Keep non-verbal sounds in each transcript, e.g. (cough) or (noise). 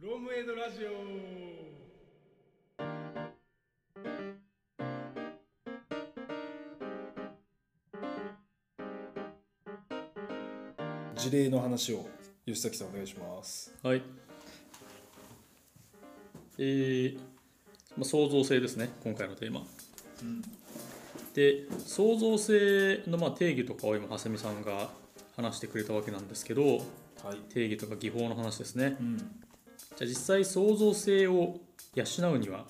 フロムエドラジオ事例の話を吉崎さんお願いします。はい。えーまあ、創造性ですね、今回のテーマ。で、創造性のまあ定義とかを今、蓮見さんが話してくれたわけなんですけど、はい。定義とか技法の話ですねう。ん。じゃあ、実際、創造性を養うには、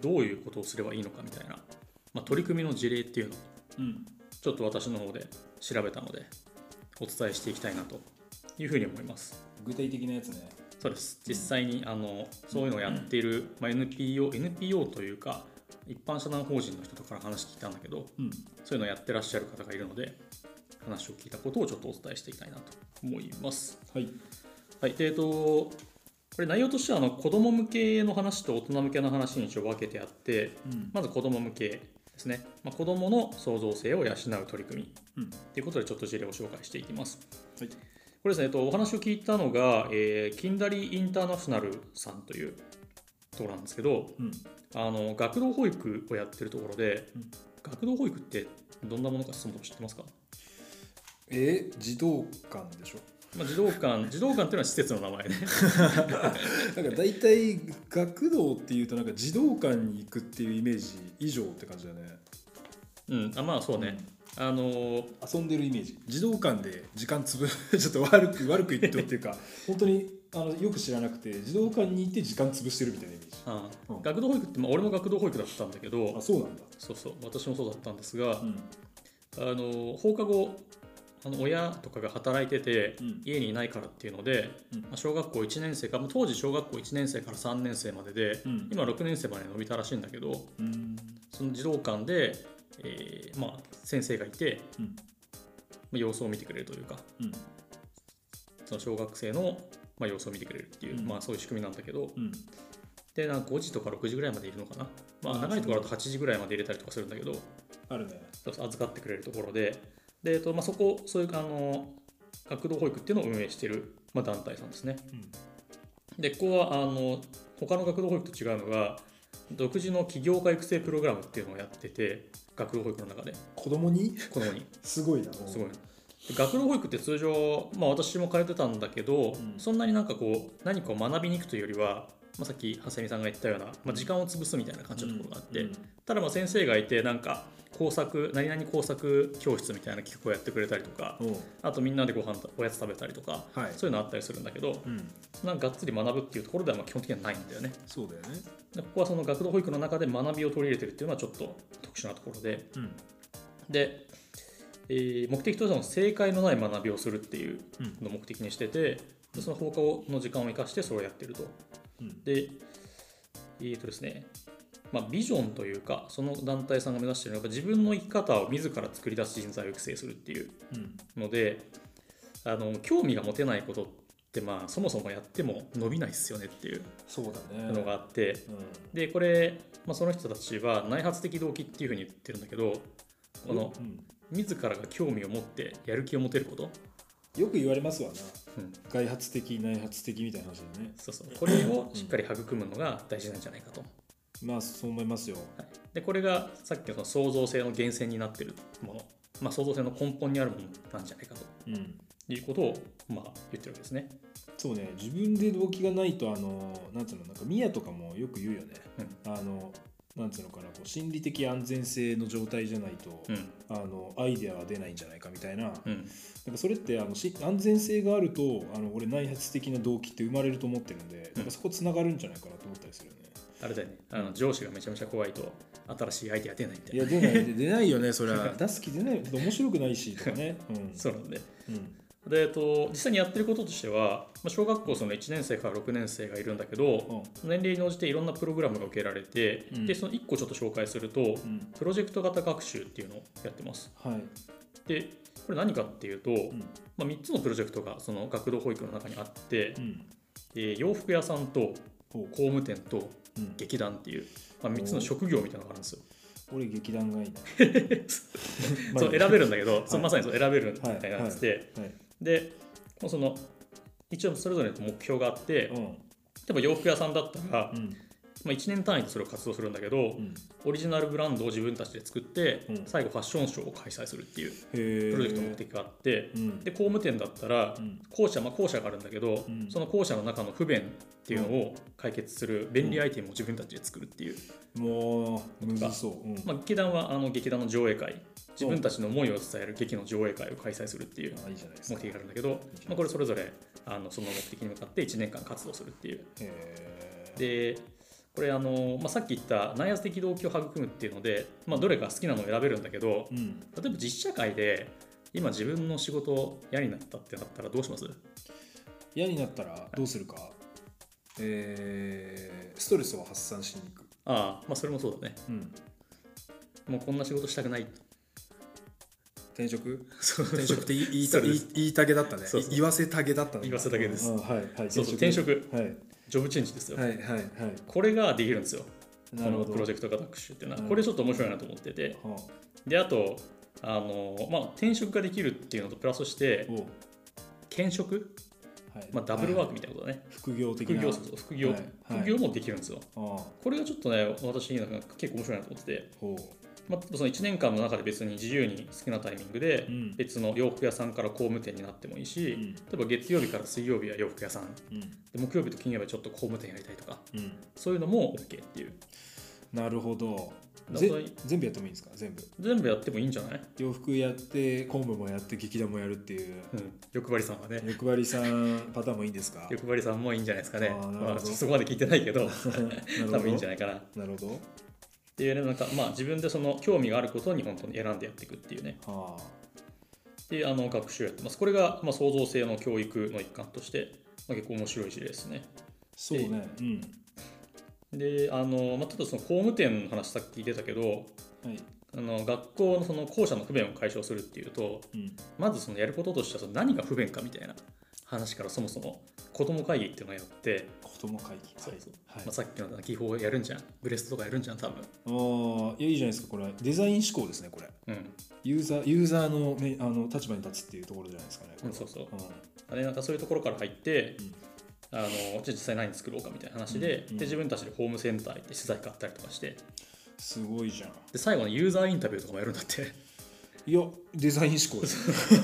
どういうことをすればいいのかみたいな、まあ、取り組みの事例っていうのを、うん。ちょっと私の方で調べたので、お伝えしていきたいなというふうに思います。具体的なやつね。そうです実際にあのそういうのをやっている、まあ、NPO, NPO というか一般社団法人の人とかから話聞いたんだけどうん。そういうのをやってらっしゃる方がいるので話を聞いたことをちょっとお伝えしていきたいなと思います。はい。はい、でえっとこれ内容としてはあの子ども向けの話と大人向けの話に一応分けてあってうん。まず子ども向けですね、まあ、子どもの創造性を養う取り組みうん。ということでちょっと事例を紹介していきます。はい。これですね、えっと、お話を聞いたのが、えーキンダリインターナショナルさんというところなんですけど、うん。あの学童保育をやってるところで、うん学童保育ってどんなものかそもそも知ってますか、え、児童館でしょ (laughs) まあ、児童館、 (laughs) 児童館っていうのは施設の名前ね。 (laughs) なんか大体学童っていうとなんか児童館に行くっていうイメージ以上って感じだね。うん、あまあそうね。あのー遊んでるイメージ。児童館で時間つぶ (laughs) ちょっと悪く悪く言ってるっていうか、 (laughs) 本当にあのよく知らなくて児童館に行って時間潰してるみたいなイメージ。あうん学童保育って、まあ、俺も学童保育だったんだけあ、ど、そうなんだ。そうそう、私もそうだったんですが、ん。あのー放課後、あの親とかが働いてて、うん家にいないからっていうので、うんまあ、小学校1年生かまあ当時小学校1年生から3年生までで、うん今6年生まで伸びたらしいんだけどうん。その児童館で、えーまあ、先生がいて、うんまあ、様子を見てくれるというかうん。その小学生の、まあ、様子を見てくれるっていう、うんまあ、そういう仕組みなんだけどうん。でなんか5時とか6時ぐらいまでいるのかな、まああ、ー長いところだと8時ぐらいまで入れたりとかするんだけどあるね。そうそう預かってくれるところでで、えっとまあ、そこそういうあの学童保育っていうのを運営してる、まあ、団体さんですね。うん。でここはあの他の学童保育と違うのが独自の起業家育成プログラムっていうのをやってて学童保育の中で子供に子供にすごいな。すごい。で学童保育って通常、まあ、私も通ってたんだけど、うんそんなになんかこう何かを学びに行くというよりは、まあ、さっき長谷美さんが言ったような、まあ、時間を潰すみたいな感じのところがあって、うんただまあ先生がいてなんか工作何々工作教室みたいな企画をやってくれたりとかうんあとみんなでご飯おやつ食べたりとか、はいそういうのあったりするんだけどうん、なんかがっつり学ぶっていうところではまあ基本的にはないんだよね。そうだよね。でここはその学童保育の中で学びを取り入れてるっていうのはちょっと特殊なところでうん、で、えー目的としての正解のない学びをするっていううん、のを目的にしててでその放課後の時間を生かしてそれをやってるとうん、でえーとですねまあ、ビジョンというかその団体さんが目指しているのが自分の生き方を自ら作り出す人材を育成するっていううん、のであの興味が持てないことってまあそもそもやっても伸びないですよねっていうそうだね。のがあって、うん、でこれ、まあ、その人たちは内発的動機っていうふうに言ってるんだけどこのうん、自らが興味を持ってやる気を持てること、よく言われますわな。うん、外発的、内発的みたいな話だよね。そうそうこれをしっかり育むのが大事なんじゃないかと、まあ、そう思いますよ。はい、でこれがさっきのその創造性の源泉になってるもの、まあ、創造性の根本にあるものなんじゃないかとうん、いうことを、まあ、言ってるわけですね、そうね。自分で動機がないと、あの、なんつうの、なんかミヤとかもよく言うよね。うんあの、なんつうのかな、こう心理的安全性の状態じゃないと。うんあのアイデアは出ないんじゃないかみたいな,、うん、なんかそれってあのし安全性があるとあの俺内発的な動機って生まれると思ってるんで、なんかそこつながるんじゃないかなと思ったりするよね。あれだよねあの上司がめちゃめちゃ怖いと新しいアイデア出ないみたいいなや出ない (laughs) 出ないよねそれは出す気出ないだって面白くないしとかね、うん、そうなんでうん、でえっと、実際にやってることとしては、まあ、小学校その1年生から6年生がいるんだけど、年齢に応じていろんなプログラムが受けられて、うんでその1個ちょっと紹介すると、うんプロジェクト型学習っていうのをやってますはい、でこれ何かっていうと、うんまあ、3つのプロジェクトがその学童保育の中にあって、うんで洋服屋さんとほ工務店とううん、劇団っていう、まあ、3つの職業みたいなのがあるんですよ、俺劇団がいい (laughs) なまあいそうい選やべるんだけど、そはういまさにそう選べるみたいなやつで、はいでもうその一応それぞれの目標があって、うん例えば洋服屋さんだったら、うんまあ、1年単位でそれを活動するんだけど、うんオリジナルブランドを自分たちで作って、うん最後ファッションショーを開催するっていうへえプロジェクトの目的があって、うんで工務店だったらうん校舎、まあ、校舎があるんだけど、うんその校舎の中の不便っていうのを解決する便利アイテムを自分たちで作るっていう、もうむずそう、うんまあ、劇団はあの劇団の上映会自分たちの思いを伝える劇の上映会を開催するっていうあいいじゃないです目か的があるんだけど、まあ、これそれぞれあのその目的に向かって1年間活動するっていうへーでこれあの、まあ、さっき言った内圧的動機を育むっていうので、まあ、どれか好きなのを選べるんだけどうん例えば実社会で今自分の仕事嫌になったってなったらどうします嫌になったらどうするか、えーストレスを発散しに行く、ああまあそれもそうだねうん、もうこんな仕事したくない転職そう転職 (laughs) って言い言いたそうで言いす言いたげだったねそうそう言わせたげだったね言わせたげですうんはいはいそうそう転職はいジョブチェンジですよ、はいはいはいこれができるんですよなるこのほどプロジェクト型学習っていうのはうんこれちょっと面白いなと思っててはであとあの、まあ、転職ができるっていうのとプラスしてあおう転職、はいまあ、ダブルワークみたいなことだね、副業的副な業そうそう副業、はいはい副業もできるんですよああこれがちょっとね私なんか結構面白いなと思ってて、ほまあ、その1年間の中で別に自由に好きなタイミングでうん別の洋服屋さんから工務店になってもいいし、うん例えば月曜日から水曜日は洋服屋さんううんで木曜日と金曜日はちょっと工務店やりたいとかうんそういうのも OK っていうなるほどだぜからそうい全部やってもいいんですか全部全部やってもいいんじゃない、洋服やって昆布もやって劇団もやるっていううん、欲張りさんはね欲張りさんパターンもいいんですか欲張りさんもいいんじゃないですかねあーなるほどまあ、そこまで聞いてないけ (laughs) どなる多分いいんじゃなないかなっなるほどていうねなんかまあ自分でその興味があることに本当に選んでやっていくっていうねはあであの学習やってますこれが、まあ、創造性の教育の一環として、まあ、結構面白い事例ですねそうねうんであの、まあ、ちょっとその工務店の話さっき出たけどはいあの学校のその校舎の不便を解消するっていうとうんまずそのやることとしてはその何が不便かみたいな話からそもそも子ども会議っていうのをやって、子供会議そうそうはいまあ、さっきの技法やるんじゃんブレストとかやるんじゃん多分ああいやいいじゃないですかこれデザイン思考ですねこれうん、ユーザーユーザーのねあの立場に立つっていうところじゃないですかねこれはそうそううんあれなんかそういうところから入って、あのじゃあ実際何作ろうかみたいな話で,、うんで自分たちでホームセンター行って資材買ったりとかしてすごいじゃんで最後のユーザーインタビューとかもやるんだって (laughs) だかいやデザイン思考です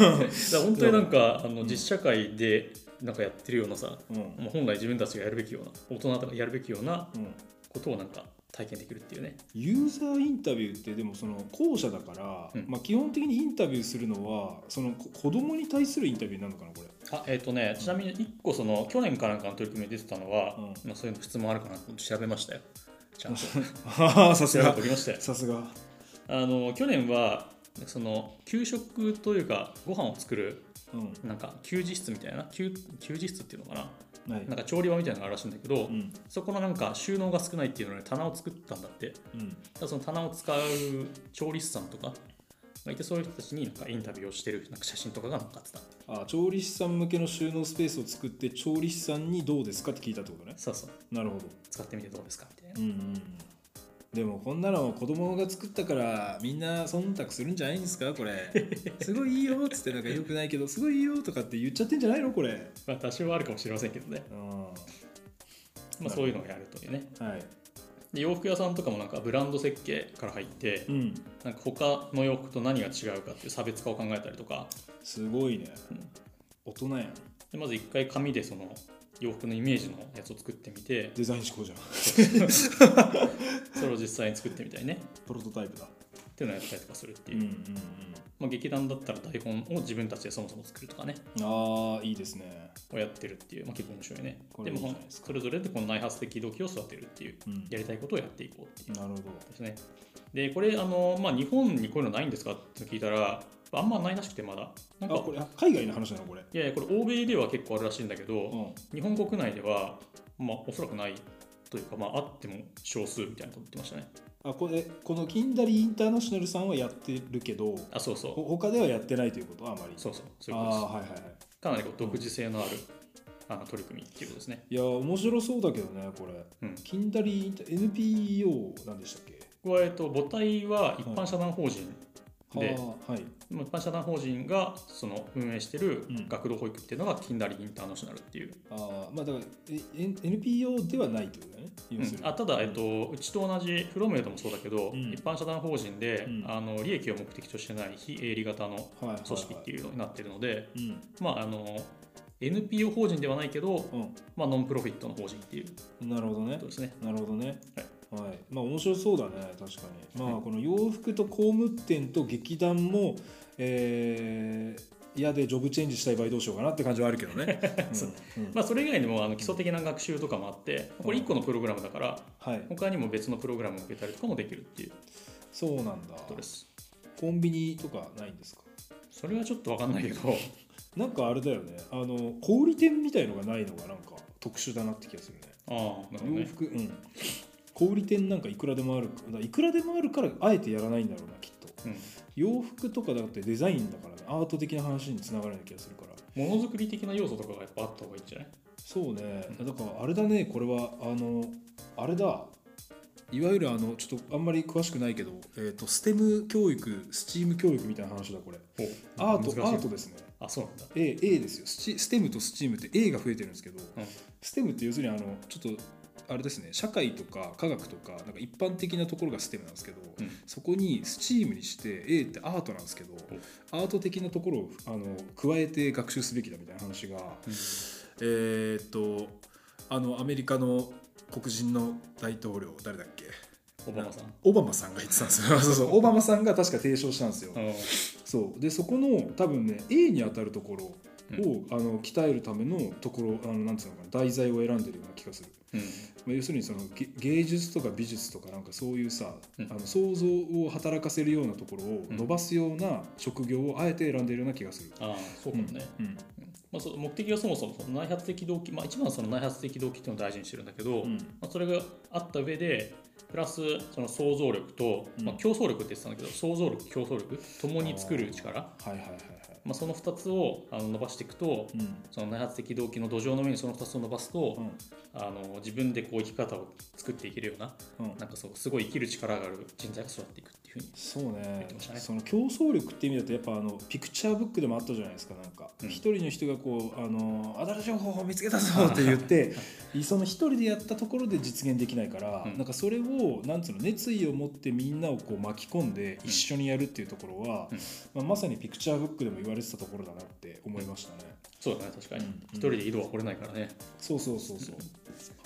ねら本当になんかあの実社会でなんかやってるようなさ、うんもう本来自分たちがやるべきような大人がやるべきようなうんことをなんか体験できるっていうねユーザーインタビューってでもその後者だから、うんまあ、基本的にインタビューするのはそのこ子供に対するインタビューになるのかなこれあえっ、とねちなみに1個その去年かなんかの取り組みで出てたのは、うんまあ、そういう質問あるかなと調べましたよちゃ (laughs) んとああさす調べがておきましたよさすがあの去年はその給食というかご飯を作るうんなんか給仕室みたいな給給仕室っていうのかなはいなんか調理場みたいなのがあるらしいんだけど、うんそこのなんか収納が少ないっていうので棚を作ったんだってだかうんらその棚を使う調理師さんとかがいてそういう人たちになんかインタビューをしてるなんか写真とかが載っかってたあ調理師さん向けの収納スペースを作って調理師さんにどうですかって聞いたってことねそうそうなるほど使ってみてどうですかみたいなうんうんうんでもこんなの子供が作ったからみんな忖度するんじゃないんですかこれ (laughs) すごいいいよっつってなんかよくないけどすごいいいよとかって言っちゃってんじゃないのこれまあ多少はあるかもしれませんけどね、うんはまあ、そういうのをやるというねいで洋服屋さんとかもなんかブランド設計から入ってうんなんか他の洋服と何が違うかっていう差別化を考えたりとかすごいねう大ん人やんでまず一回紙でその洋服のイメージのやつを作ってみてデザイン思考じゃんそれを実際に作ってみたいねプロトタイプだっていうのをやったりとかするってういんう、うんまあ、劇団だったら台本を自分たちでそもそも作るとかねうんああいいですねをやってるっていう、まあ、結構面白いねこでれいいじゃもないですかそれぞれでこの内発的動機を育てるっていう、うんやりたいことをやっていこうっていうなるほどですねでこれあの、まあ、日本にこういうのないんですかって聞いたらあんまないらしくてまだなんかあこれあ海外の話なのこれいやいやこれ欧米では結構あるらしいんだけど、うん日本国内では、まあ、おそらくないというか、まあ、あっても少数みたいなこと言ってましたね。あこれこのキンダリインターナショナルさんはやってるけどあ、そうそう。ほ他ではやってないということあまりそうそう。そういうことあであーはいはいはいす。かなりこう独自性のある、あの取り組みっていうことですね。いや面白そうだけどねこれうん。キンダリインタ NPO なんでしたっけこれ、えっと、母体は一般社団法人ではあはいまあ一般社団法人がその運営してるうん学童保育っていうのがキンダリインターナショナルっていう、あーまあだからえ N- NPO ではないってことだよね要するに、あただ、えっと、うちと同じフロムエイドもそうだけど、うん一般社団法人で、うんあの利益を目的としてない非営利型のはいはいはい組織っていうのになってるので、うんまああの NPO 法人ではないけど、うまあ、ノンプロフィットの法人っていうこん、なるほどねとですね。なるほどねはい、まあ面白そうだね確かにまあはいこの洋服と工務店と劇団もえー嫌でジョブチェンジしたい場合どうしようかなって感じはあるけど (laughs) ね、うんうんまあ、それ以外にもあの基礎的な学習とかもあってこれ1個のプログラムだからはい他にも別のプログラムを受けたりとかもできるっていうこそうなんだとですコンビニとかないんですかそれはちょっと分かんない (laughs) けどなんかあれだよねあの小売店みたいのがないのがなんか特殊だなって気がするねああなるほど洋ね服うん小売店なんかいくらでもあるかだからいくらでもあるからあえてやらないんだろうなきっとうん洋服とかだってデザインだからねアート的な話につながるような気がするからものづくり的な要素とかがやっぱあった方がいいんじゃないそうねうだからあれだねこれはあのあれだいわゆるあのちょっとあんまり詳しくないけど、えー、とステム教育スチーム教育みたいな話だこれアートアートですねあそうなんだ A, A ですよスチステムとスチームって A が増えてるんですけど、うんステムって要するにあのちょっとあれですね社会とか科学とかなんか一般的なところがステムなんですけど、うんそこにスチームにして A ってアートなんですけど、アート的なところをあの加えて学習すべきだみたいな話が、えーっとあのアメリカの黒人の大統領誰だっけオバマさんオバマさんが言ってたんですよ (laughs) そうそうオバマさんが確か提唱したんですよ、あそうでそこの多分ね A に当たるところを、うんあの鍛えるためのところあのなんていうのかな題材を選んでるような気がする、うんまあ、要するにそのげ芸術とか美術とかなんかそういうさ、うんあの想像を働かせるようなところを伸ばすような職業をあえて選んでるような気がする、ああそうかもね、うんまあ、そう目的はそもそもその内発的動機、まあ、一番はその内発的動機っていうのを大事にしてるんだけど、うんまあ、それがあった上でプラスその想像力と、うんまあ、競争力って言ってたんだけど想像力競争力ともに作る力はいはいはいはいまあ、その2つをあの伸ばしていくと、うんその内発的動機の土壌の上にその2つを伸ばすと、うあの自分でこう生き方を作っていけるようなんうんなんかそうすごい生きる力がある人材が育っていくっていうふうにそうねってましたねその競争力って意味だとやっぱあのピクチャーブックでもあったじゃないですかなんかうん一、人の人がこうあ (laughs) の新しい方法を見つけたぞって言ってその一人でやったところで実現できないから、うんなんかそれをなんつうの熱意を持ってみんなをこう巻き込んでうん一緒にやるっていうところは、うんまあ、まさにピクチャーブックでも言われてたところだなって思いましたね。そうだね確かに、うん一人で井戸は掘れないからねそうそうそうそう、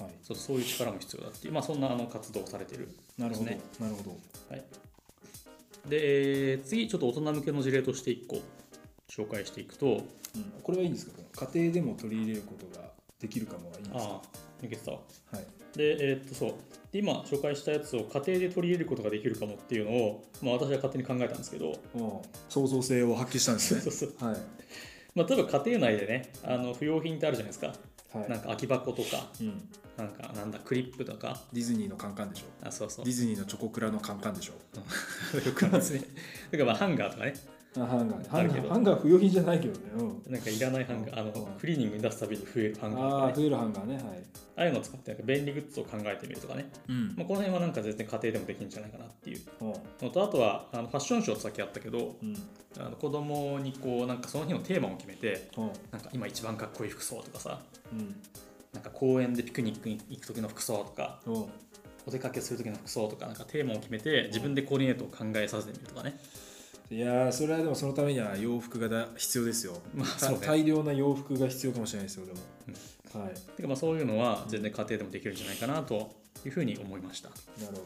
はいそうそういう力も必要だっていう、まあ、そんなあの活動をされてる、なるほど、ですねなるほどはい、でえー次ちょっと大人向けの事例として1個紹介していくとうんこれはいいんですかこの家庭でも取り入れることができるかもはいいんですかああ抜けてたわはいで、えーっとそうで今紹介したやつを家庭で取り入れることができるかもっていうのを、まあ、私は勝手に考えたんですけど、 (laughs) うん創造性を発揮したんですねそうそうはいまあ、例えば家庭内でねあの不要品ってあるじゃないですか、はいなんか空き箱とかうん、なんかなんだクリップとかディズニーのカンカンでしょあそうそう (laughs) ディズニーのチョコクラのカンカンでしょよくあるんですねだからまあハンガーとかねあハンガーあるけどハンガー不要品じゃないけどね、うんなんかいらないハンガーあのうんクリーニングに出すたびに増えるハンガーとあかあね増えるハンガーねはい、ああいうのを使ってなんか便利グッズを考えてみるとかね、うんまあ、この辺はなんか全然家庭でもできるんじゃないかなっていううんのとあとはあのファッションショーってさっきあったけどうんあの子供にこうなんかその日のテーマを決めてうんなんか今一番かっこいい服装とかさうんなんか公園でピクニックに行く時の服装とかうんお出かけする時の服装とかなんかテーマを決めて自分でコーディネートを考えさせてみるとかねいやーそれはでもそのためには洋服がだ必要ですよ、まあたそうね大量な洋服が必要かもしれないですよでも、はいてかまあそういうのは全然家庭でもできるんじゃないかなというふうに思いましたなるほど